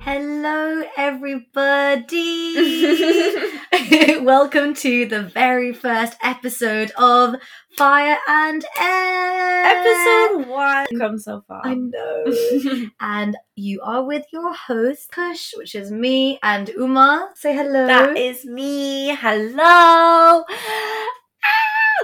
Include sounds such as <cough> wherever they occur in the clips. Hello, <laughs> everybody. Welcome to the very first episode of Fire and <laughs> Air. Episode one. Come so far. <laughs> I know. and you are with your host, Kush, which is me, and Uma. Say hello. <laughs> that is me. Hello. Ah,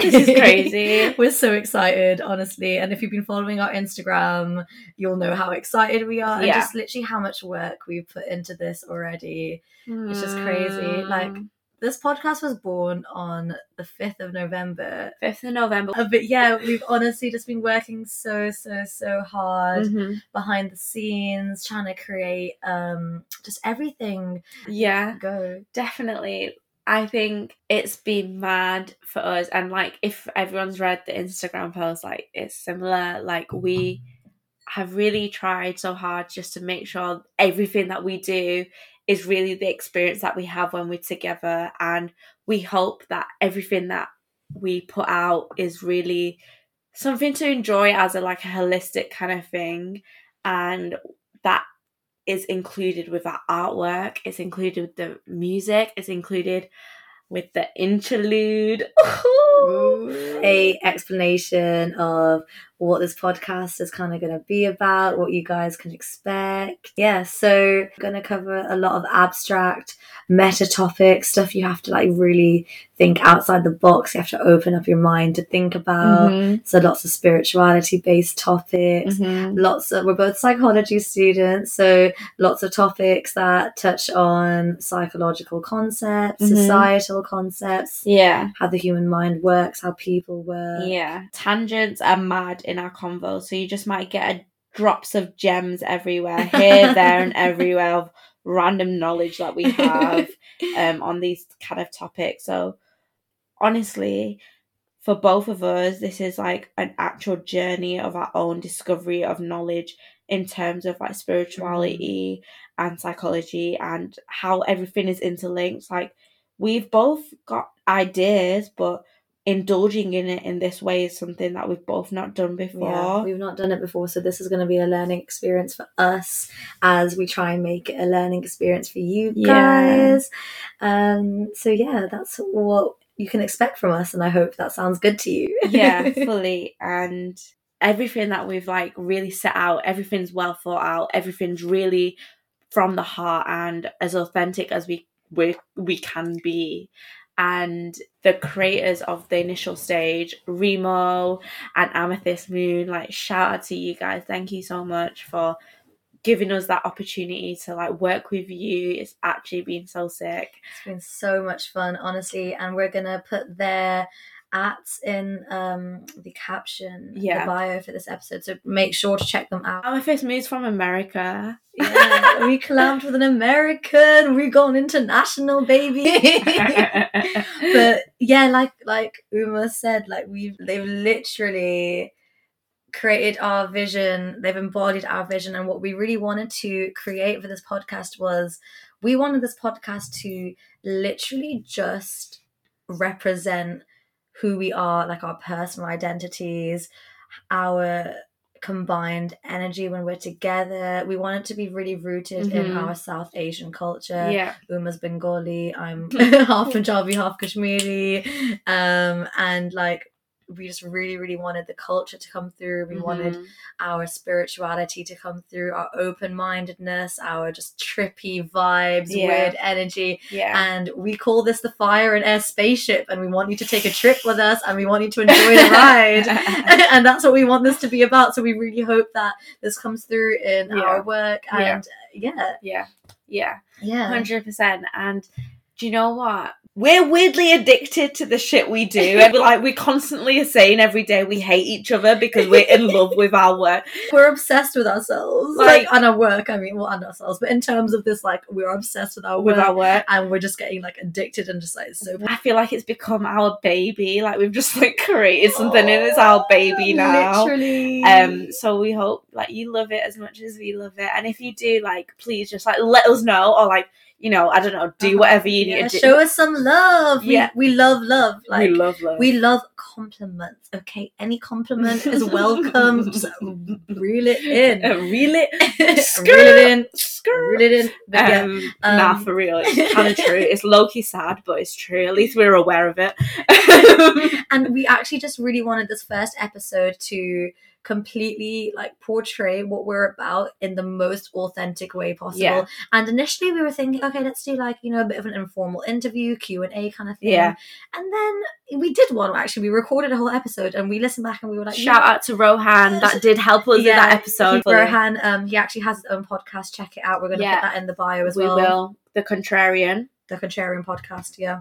This is crazy. <laughs> We're so excited, honestly. And if you've been following our Instagram, you'll know how excited we are and Yeah. just literally how much work we've put into this already. It's just crazy, like- This podcast was born on the 5th of November. 5th of November. Uh, But yeah, we've honestly just been working so, so, so hard Mhm. behind the scenes, trying to create um just everything Yeah, go. definitely. I think it's been mad for us. And like, if everyone's read the Instagram post, like, it's similar. Like, we have really tried so hard just to make sure everything that we do is really the experience that we have when we're together. And we hope that everything that we put out is really something to enjoy as a like a holistic kind of thing. And that is included with our artwork, it's included with the music, it's included with the interlude. <laughs> a explanation of what this podcast is kind of going to be about, what you guys can expect. Yeah, so going to cover a lot of abstract meta topics, stuff you have to like really think outside the box. You have to open up your mind to think about. Mhm. So lots of spirituality based topics. Mhm. Lots of, we're both psychology students, so lots of topics that touch on psychological concepts, Mhm. societal concepts, Yeah. how the human mind works, how people work. Yeah. Tangents are mad in our convo, so you just might get a, drops of gems everywhere, here, there, and everywhere of random knowledge that we <laughs> have um, on these kind of topics. So, honestly, for both of us, this is like an actual journey of our own discovery of knowledge in terms of like spirituality and psychology and how everything is interlinked. Like, we've both got ideas, but indulging in it in this way is something that we've both not done Yeah, before. we've not done it before, so this is going to be a learning experience for us as we try and make it a learning experience for you Yeah. guys. Um, so yeah, that's what you can expect from us, and I hope that sounds good to you. <laughs> yeah fully and everything that we've like really set out everything's well thought out everything's really from the heart and as authentic as we we, we can be and the creators of the initial stage remo and amethyst moon like shout out to you guys thank you so much for giving us that opportunity to like work with you it's actually been so sick It's been so much fun, honestly, and we're gonna put their ats in um the caption, Yeah. the bio for this episode. So make sure to check them <laughs> out. amethyst moon's from america <laughs> Yeah, <laughs> we collabed with an American. We've gone international, baby. <laughs> but yeah, like like Uma said, like we've they've literally created our vision. They've embodied our vision, and what we really wanted to create for this podcast was we wanted this podcast to literally just represent who we are, like our personal identities, our combined energy when we're together. We want it to be really rooted in Mhm. our South Asian culture. yeah Uma's Bengali. I'm <laughs> half Punjabi, half Kashmiri. Um, and like, we just really, really wanted the culture to come through. We wanted Mhm. our spirituality to come through, our open mindedness, our just trippy vibes, Yeah. weird energy. yeah And we call this the fire and air spaceship. And we want you to take a trip with us and we want you to enjoy the <laughs> ride <laughs> and that's what we want this to be about. So we really hope that this comes through in Yeah. our work. Yeah. And yeah, yeah yeah yeah, 100% and do you know what we're weirdly addicted to the shit we do <laughs> and like we constantly are saying every day we hate each other because we're in <laughs> love with our work we're obsessed with ourselves, like, Like- and our work. I mean, well, and ourselves, but in terms of this, like, we're obsessed with our with work, our work and we're just getting like addicted and just like so. I feel like it's become our baby. Like we've just like created something and it's our <gasps> baby now. Literally. Um, so we hope like you love it as much as we love it, and if you do, like, please just like let us know, or like you know, I don't know, do Uh-huh. whatever you yeah, need to do. show us some love. Yeah. We, we love love. Like we love love. we love compliments. Okay, any compliment <laughs> is welcome. Just reel it in. Uh, Reel it, <laughs> Reel it Skirt. in. Skirt. Religion, but yeah. Um, nah, um, for real, <laughs> it's kind of true. It's low key sad, but it's true. At least we're aware of <laughs> it. and we actually just really wanted this first episode to completely like portray what we're about in the most authentic way possible Yeah. and initially we were thinking okay let's do like you know a bit of an informal interview q&a kind of thing Yeah. and then we did one actually we recorded a whole episode and we listened back and we were like Shout out to Rohan, that did help us Yeah, in that episode. rohan um he actually has his own podcast check it out we're gonna Yeah. put that in the bio as we well will. The contrarian. the contrarian podcast yeah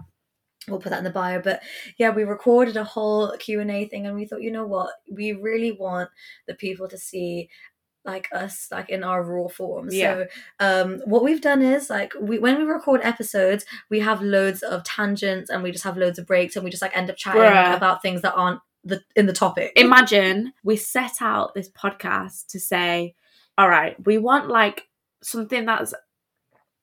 we'll put that in the bio but yeah we recorded a whole q&a thing and we thought you know what we really want the people to see like us like in our raw form Yeah. so um what we've done is like we when we record episodes we have loads of tangents and we just have loads of breaks and we just like end up chatting Bruh. about things that aren't the in the topic imagine we set out this podcast to say, all right, we want like something that's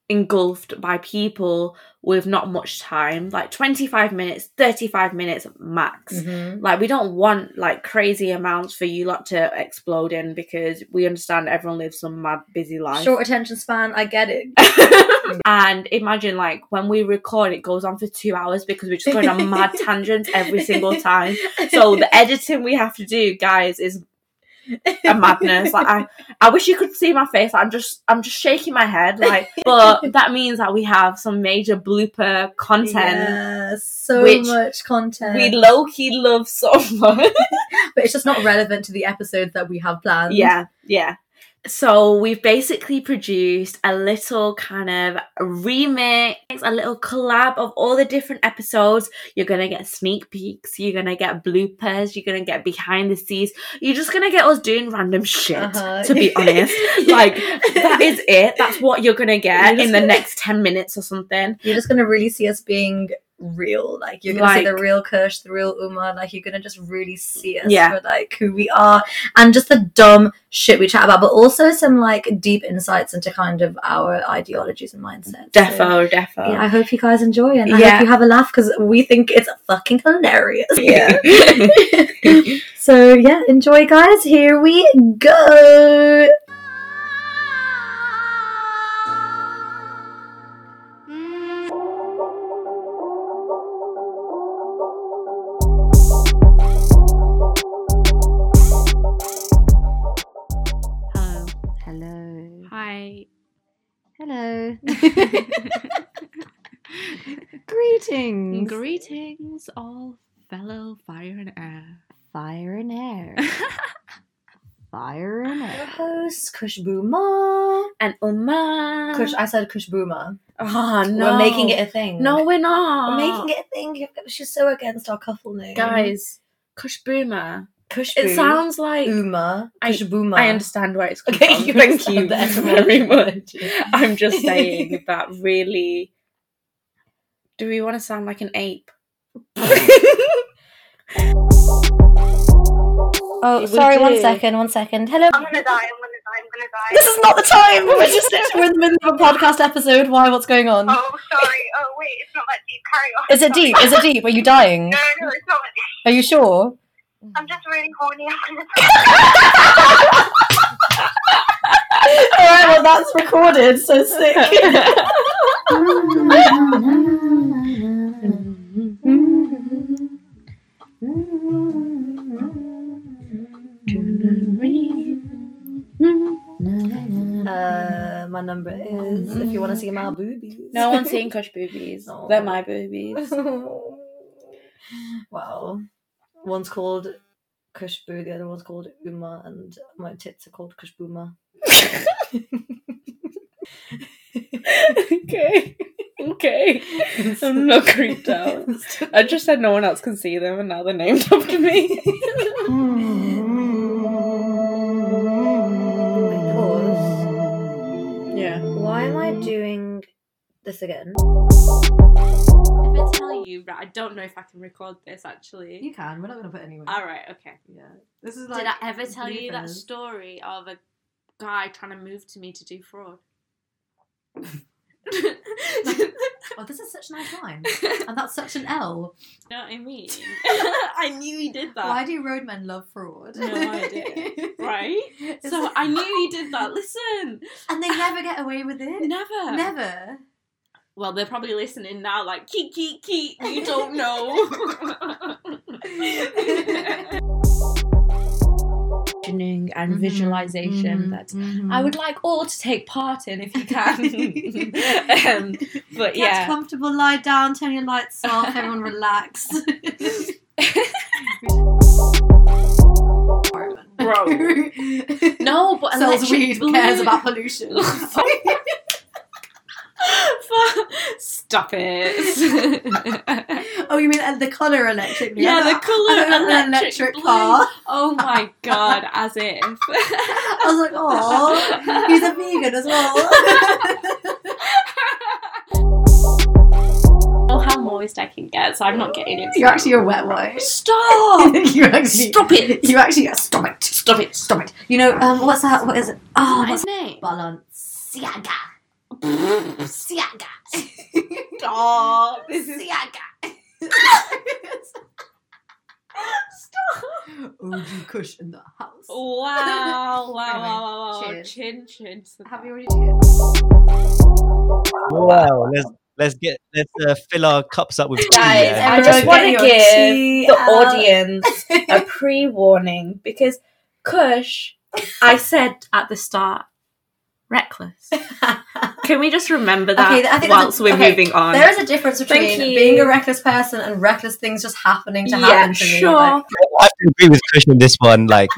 engulfed by people with not much time, like 25 minutes, 35 minutes max. Mhm. Like, we don't want like crazy amounts for you lot to explode in because we understand everyone lives some mad, busy life. short attention span i get it <laughs> and imagine like when we record, it goes on for two hours because we're just going on mad tangents every single time. So the editing we have to do, guys, is <laughs> a madness. Like I, I wish you could see my face. I'm just, I'm just shaking my head. Like, but that means that we have some major blooper content. yeah, so which much content We low key love so much. but it's just not relevant to the episodes that we have planned. yeah, yeah. So we've basically produced a little kind of remix, a little collab of all the different episodes. You're gonna get sneak peeks. You're gonna get bloopers. You're gonna get behind the scenes. You're just gonna get us doing random shit. Uh-huh. <laughs> To be honest. Yeah. Like, that is it. That's what you're gonna get You're in the just- next ten minutes or something. You're just gonna really see us being real. Like you're gonna see the Like- real Kirsch, the real Uma. Like you're gonna just really see us Yeah. for like who we are and just the dumb shit we chat about, but also some like deep insights into kind of our ideologies and mindsets. So, Defo, defo. yeah, I hope you guys enjoy and I Yeah. hope you have a laugh because we think it's fucking hilarious. <laughs> Yeah. <laughs> so yeah, enjoy guys. Here we go. Hello. Hello. Hi. <laughs> Hello. Greetings. Greetings, all fellow fire and air. Fire <laughs> and air. Fire and Your air. host, Kush Boomer. and Uma. Kush, I said Kush Boomer. oh, no. We're making it a thing. No, we're not. We're making it a thing. She's so against our couple name. Guys, Mm. Kush Boomer. Kush It sounds like. Uma. I- Kush Boomer. I understand where it's coming Okay, from. you Thank you understand <laughs> the very much. etymology. <laughs> I'm just saying that really. Do we want to sound like an <laughs> ape? Oh, We sorry, one do. second, one second. Hello. I'm gonna die, I'm gonna die, I'm gonna <laughs> die. This is not the time. We're <laughs> just we're in the middle of a podcast episode. Why? What's going on? Oh, sorry. Oh, wait, it's not that deep. Carry on. Is it deep? Is it deep? Are you dying? No, no, it's not that deep. Are you sure? <laughs> I'm just really horny. I'm gonna die. All right, well that's recorded. So sick. <laughs> Mm-hmm. uh, my number is if you want to see my boobies. No one's <laughs> seeing Kush boobies. No. They're my boobies. well, one's called Kushbu, the other one's called Uma, and my tits are called Kushbuma. <laughs> okay. Okay. <laughs> I'm not creeped out. <laughs> I just said no one else can see them, and now they're named <laughs> after me. Pause. yeah. Why am I doing this again? If I tell you, right, I don't know if I can record this actually. can. We're not going to put anyone. All right. Okay. Yeah. This is Did I ever tell you that story of a guy trying to move to me to do fraud? <laughs> you Oh, this is such a nice line, and that's such an L. know what I mean? <laughs> I knew he did that. <laughs> do roadmen love fraud? <laughs> No idea. Right? So I knew you did that. Listen, and they never get away with it. never, Never. Well, they're probably listening now, like keek keek keek. You don't <laughs> know. Visioning and Mhm, visualization. That's. I Mm. would like all to take part in if <laughs> you can. um, but Get yeah. comfortable, lie down, turn your <laughs> lights off, everyone relax. <laughs> <laughs> Bro. No, but Sells electric weed, blue. cares <laughs> about pollution. <laughs> Oh, <laughs> Stop <laughs> it. oh, you mean uh, the colour electric? blue? yeah, the I colour don't know, an electric, electric blue. car. <laughs> Oh my god, as if. I was like, oh, he's a vegan as <laughs> well. oh, how moist I can get, so I'm not getting it. You're actually a wet wipe. <laughs> Stop! you actually, Stop it! you actually, stop it. Stop it! Stop it. You know, um, what's that? What is it? Oh, What what's is it? Balenciaga. Siaga. Stop! This is <laughs> Siaga. stop! <laughs> OG Kush in the house. Oh. Wow! Wow! Wow! Wow! wow. Cheers. Chin chin. to Have that. you already cheered? Wow, let's let's get let's uh, fill our cups up with tea. Guys, yeah. I just Everyone wanna get your give tea the out. audience <laughs> a pre-warning because Kush, I said at the start, <laughs> reckless. Can we just remember that Okay, I think that's a- whilst we're okay, moving on? There is a difference between Thank you. being a reckless person and reckless things just happening to yeah, happen to me. sure. <laughs> Like, I have to agree with Christian on this one. Like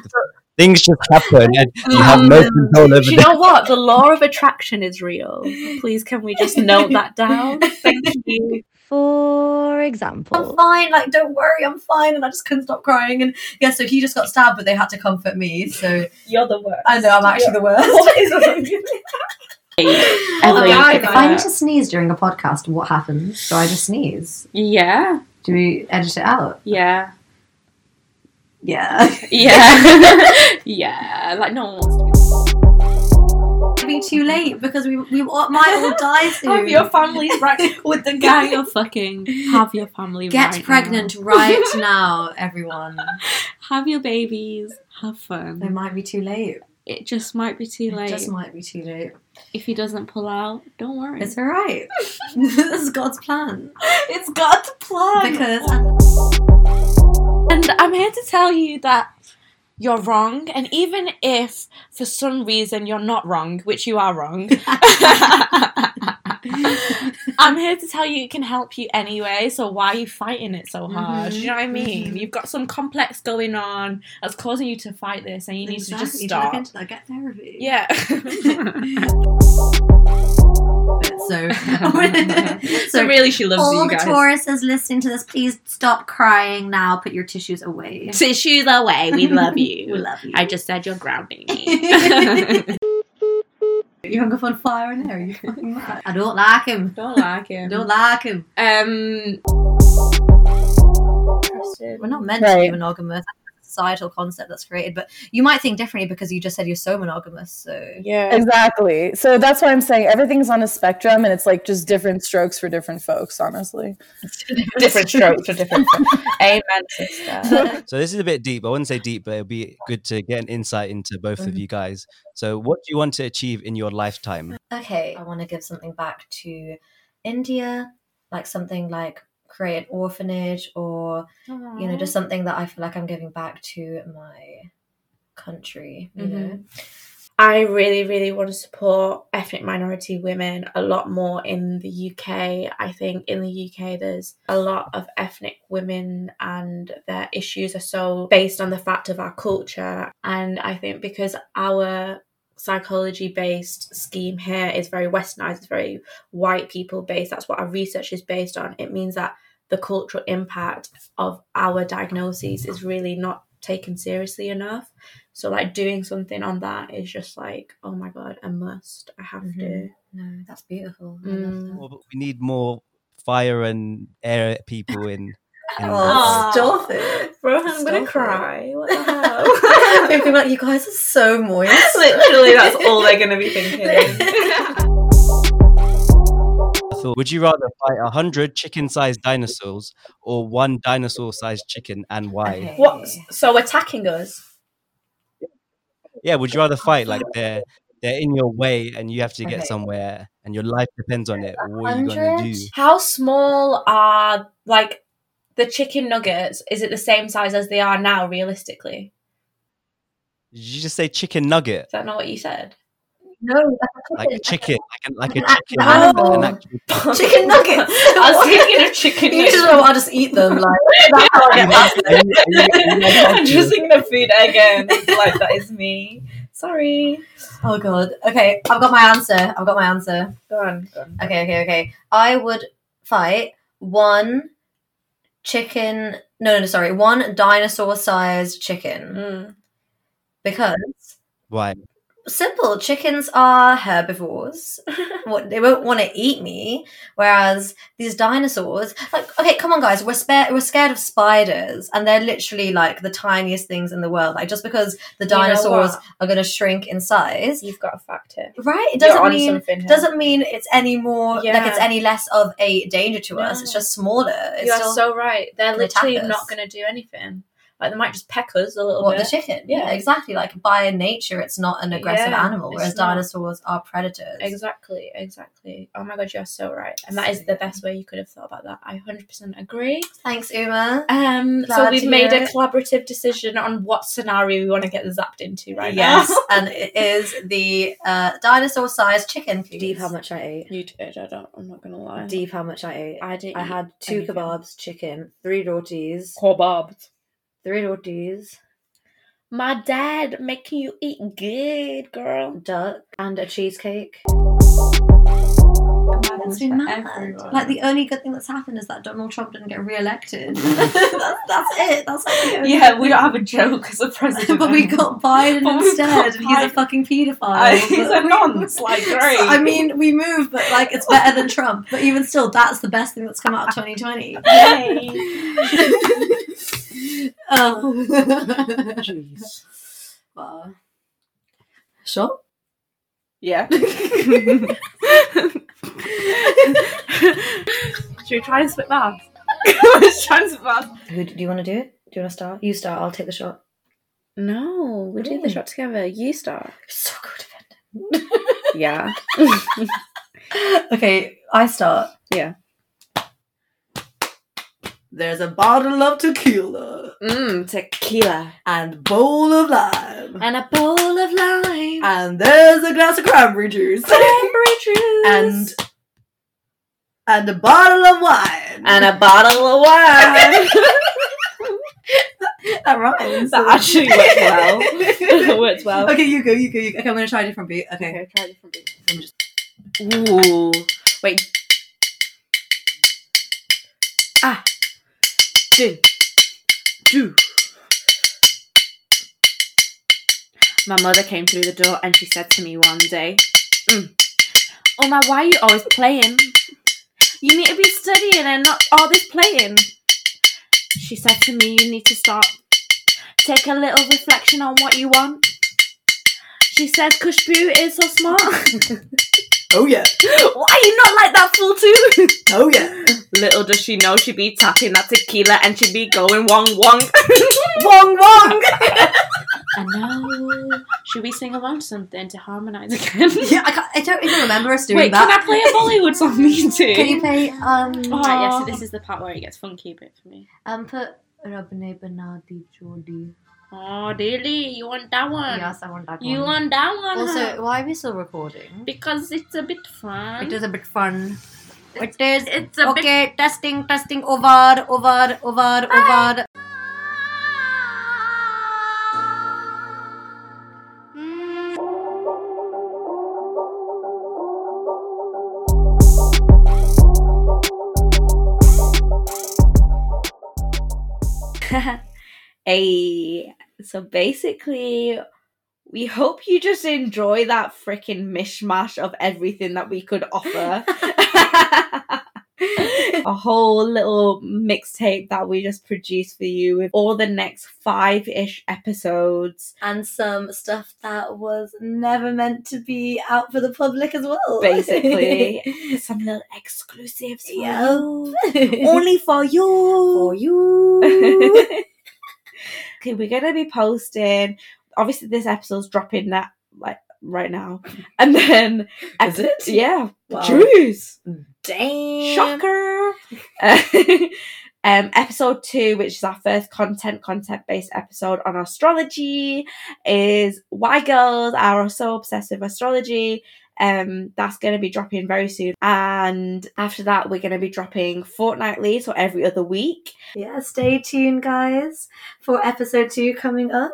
things just happen, and you have no Mm. control over Do you them. know what? The law of attraction is real. Please, can we just note that down? Thank you. For I'm example, fine, like don't worry, I'm fine, and I just couldn't stop crying. And yeah, so he just got stabbed, but they had to comfort me. So You're the worst. I know I'm actually the worst. is wrong with <laughs> Oh, Every- God, if if I- I need to sneeze during a podcast, what happens? Do I just sneeze? Yeah, Do we edit it out? yeah, Yeah. yeah, yeah. Like no one wants to <laughs> It'd be too late because we, we all- might all <laughs> die be. soon. Have your family <laughs> right with the guy you're fucking. Have your family Get right now. pregnant right <laughs> now, everyone. Have your babies. Have It fun. might be too late. It just might be too It late. just might be too late. If he doesn't pull out, don't <laughs> worry. It's all right. <laughs> this is God's <laughs> plan. it's God's plan. Because And I'm here to tell you that you're wrong. And even if for some reason you're not wrong, which you are wrong, <laughs> I'm here to tell you it can help you anyway. So why are you fighting it Mm-hmm. so hard? Do you know what I mean? Mhm. You've got some complex going on that's causing you to fight this, and you need to just Exactly, stop. Look into that. Get therapy. yeah. <laughs> So, <laughs> so so really, she loves all you the guys. Tauruses listening to this, please stop crying now. Put your tissues <laughs> away. Tissues away. We love you. <laughs> We love you. I just said you're grounding <laughs> me. <laughs> you hung up on fire in there. Are you fucking mad? I don't like him. Don't like him. Don't like him. Um. We're not meant to be Right. monogamous. That's a societal concept that's created, but you might think differently because you just said you're so monogamous. So <laughs> Yeah. exactly. So that's why I'm saying everything's on a spectrum, and it's like just different strokes for different folks. Honestly, <laughs> Different strokes for different. <laughs> Amen, sister. <laughs> So this is a bit deep. I wouldn't say deep, but it'd be good to get an insight into both of Mm. Mhm. you guys. So, what do you want to achieve in your lifetime? Mm. uh, okay, I want to give something back to India, like something like create an orphanage or you know Mm-hmm. just something that I feel like I'm giving back to my country. You Mm-hmm. know, I really, really want to support ethnic minority women a lot more in the UK. I think in the UK, there's a lot of ethnic women, and their issues are so based on the fact of our culture. And I think because our psychology based scheme here is very westernized, it's very white people based, that's what our research is based on. It means that the cultural impact of our diagnoses is really not taken seriously enough. So like doing something on that is just like, oh my god, a must. I have to. Mhm. no, that's beautiful. I Mm. love that. Or We need more fire and air people in. in Oh, Aw. stop it. Bro, I'm Stop gonna it. cry. What <laughs> the <laughs> People be hell? like, you guys are so moist. <laughs> Literally, that's all they're gonna <laughs> be thinking. I thought, would you rather fight a hundred chicken-sized dinosaurs or one <laughs> dinosaur-sized chicken, and why? Okay. what? So attacking us? yeah, would you rather fight like they're they're in your way and you have to get Okay. somewhere and your life depends on it? What are you gonna 100? do? How small are like the chicken nuggets? Is it the same size as they are now, realistically? Did you just say chicken nugget? Is that not what you said? No, <laughs> Like a chicken, like, an, like a An chicken, actual like an animal. actual Chicken nuggets. <laughs> <laughs> I was thinking of chicken you just nuggets. know I'll just eat them. Like Are you- are you- are you like <laughs> I'm just actual- thinking of food again. It's like that is me. Sorry. oh god. Okay, I've got my answer. I've got my answer. Go on. Go on. Okay, okay, okay. I would fight one chicken. No, no, sorry, one dinosaur-sized chicken Mm. because Why? simple chickens are herbivores. <laughs> what they won't want to eat me, whereas these dinosaurs, like, okay, come on, guys, we're scared. We're scared of spiders, and they're literally like the tiniest things in the world. Like just because the You know dinosaurs what? are going to shrink in size, You've got a fact here. right? It You're doesn't onto mean something here. doesn't mean it's any more Yeah. like it's any less of a danger to us. No. It's just smaller. It's you are still so right. They're can attack literally us. not going to do anything. Like they might just peck us a little what the bit. chicken. Yeah. Yeah, exactly. Like by nature, it's not an aggressive Yeah, animal, it's whereas not. dinosaurs are predators. exactly, exactly. Oh my god, you're so right, and that is the best way you could have thought about that. I hundred percent agree. Thanks, Uma. Um, so Glad we've to made hear a it. collaborative decision on what scenario we want to get zapped into right yes, <laughs> now. <laughs> and it is the uh, dinosaur-sized chicken. Please. Deep how much I ate. You did. I don't. I'm not gonna lie. Deep how much I ate. I didn't. I had two anything. kebabs, chicken, three rotis, kebabs. three rotis, My dad making you eat good, <laughs> girl. duck, and a cheesecake. It's been mad. Like the only good thing that's happened is that Donald Trump didn't get <laughs> re-elected. <laughs> that's, that's it. That's like the only Yeah, we don't have a joke as a president. <laughs> but we got Biden But we've got instead, and he's a Biden. fucking paedophile. he's a But- nonce. <laughs> Like great. I mean, we move, but like it's better than Trump. But even still, that's the best thing that's come out of <laughs> 2020. <laughs> <laughs> um, Jeez. wow. Sure. Yeah. Should we try and split maths? Let's try and split maths. Who do you want to do it? Do you want to start? You start. I'll take the shot. No, we What do do you the mean? shot together. You start. So good. <laughs> <laughs> Yeah. Okay, I start. Yeah. There's a bottle of tequila Mmm, tequila. and bowl of lime, And a bowl of lime. and there's a glass of cranberry juice, <laughs> Cranberry juice. and and a bottle of wine. and a bottle of wine. <laughs> that rhymes. that actually worked well. <laughs> <laughs> It worked well. Okay, you go, you go, you go. Okay, I'm gonna try a different beat. Okay. try a different beat. Ooh. Wait. Ah. Do. Do. My mother came through the door and she said to me one day, mm, Oh my, why are you always playing? You need to be studying and not all this playing. She said to me, You need to stop. Take a little reflection on what you want. She said, Kushbu is so smart. Oh yeah. Why are you not like that fool <laughs> too? Oh yeah. Little does she know she'd be tapping that tequila and she'd be going wong wong. Wong wong. and now, should we sing along to something to harmonise again? yeah, I, can't, I don't even remember us doing Wait, that. can I play a Bollywood song, <laughs> me too? Can you play um Oh, yeah, so this is the part where it gets funky a bit for me. um put Rab ne bana di jodi. Oh, really? You want that one? Yes, I want that <laughs> You one. want that one? huh? Also, why are we still recording? because it's a bit fun. It is a bit fun. It is It's a bit okay. Testing, testing. Over, over, over, <laughs> over. <laughs> Hey, so basically, we hope you just enjoy that freaking mishmash of everything that we could <laughs> offer. A whole little mixtape that we just produced for you with all the next five ish episodes. And some stuff that was never meant to be out for the public as well. <laughs> Basically, <laughs> some little exclusives. For Yeah. you. <laughs> Only for you. For you. <laughs> okay, we're gonna be posting obviously this episode's dropping that like right now, and then <laughs> Is epi- it? Yeah, Wow. Jeez, Damn. shocker. Uh, <laughs> um, episode two, which is our first content content based episode on astrology, is why girls are so obsessed with astrology. Um, that's going to be dropping very soon, and after that, we're going to be dropping fortnightly, so every other week. Yeah, stay tuned, guys, for episode two coming up.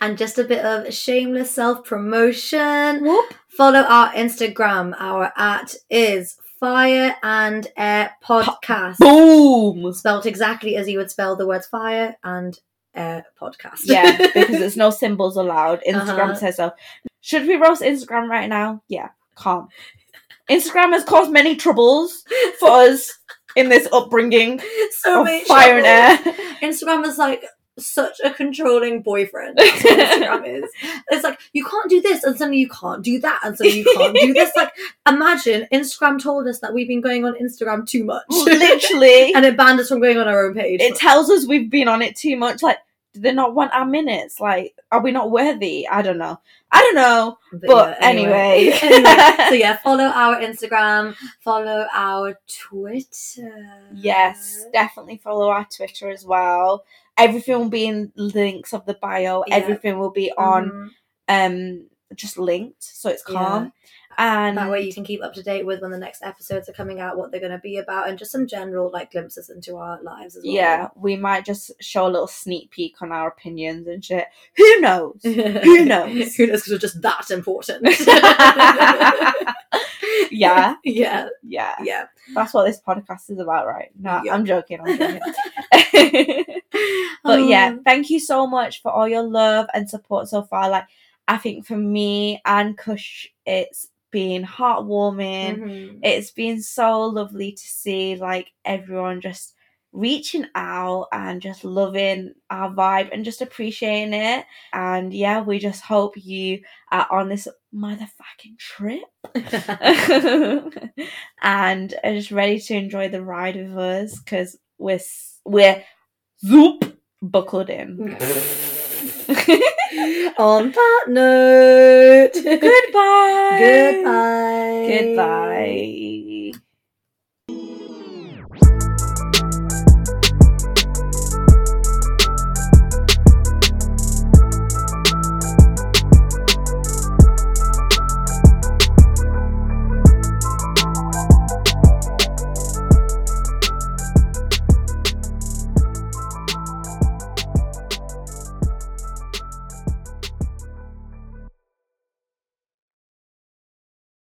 And just a bit of shameless self promotion. Whoop. Follow our Instagram. Our at is fire and air podcast. <laughs> Boom. Spelt exactly as you would spell the words fire and air podcast. Yeah, because there's no symbols allowed. Instagram Uh-huh. says so. Should we roast Instagram right now? Yeah, can't. Instagram has caused many troubles for us in this upbringing <laughs> so of many fire troubles. and air. <laughs> Instagram is like such a controlling <laughs> boyfriend. That's what Instagram is. It's like you can't do this, and suddenly you can't do that, and suddenly you can't do this. Like imagine Instagram told us that we've been going on Instagram too much, Literally, <laughs> and it banned us from going on our own page. it tells us we've been on it too much. Like, do they not want our minutes? Like, are we not worthy? I don't know. I don't know. but anyway. <laughs> Anyway, so <laughs> yeah, follow our Instagram, follow our Twitter. Yes, definitely follow our Twitter as well. Everything will be in links of the bio. Yeah. Everything will be on Mhm. um just linked so it's Yeah. calm and that way you can keep up to date with when the next episodes are coming out, what they're going to be about, and just some general like glimpses into our lives as well. yeah we might just show a little sneak peek on our opinions and shit <laughs> who knows Who knows? Who knows? Because we're just that <laughs> important. <laughs> yeah yeah, yeah yeah. that's what this podcast is about right no Yeah. i'm joking i'm joking <laughs> but Oh. yeah thank you so much for all your love and support so far like i think for me and kush it's been heartwarming Mhm. it's been so lovely to see like everyone just reaching out and just loving our vibe and just appreciating it and yeah we just hope you are on this motherfucking trip <laughs> and are just ready to enjoy the ride with us because we're s- we're zoop buckled in <laughs> <laughs> On that note, <laughs> goodbye goodbye. goodbye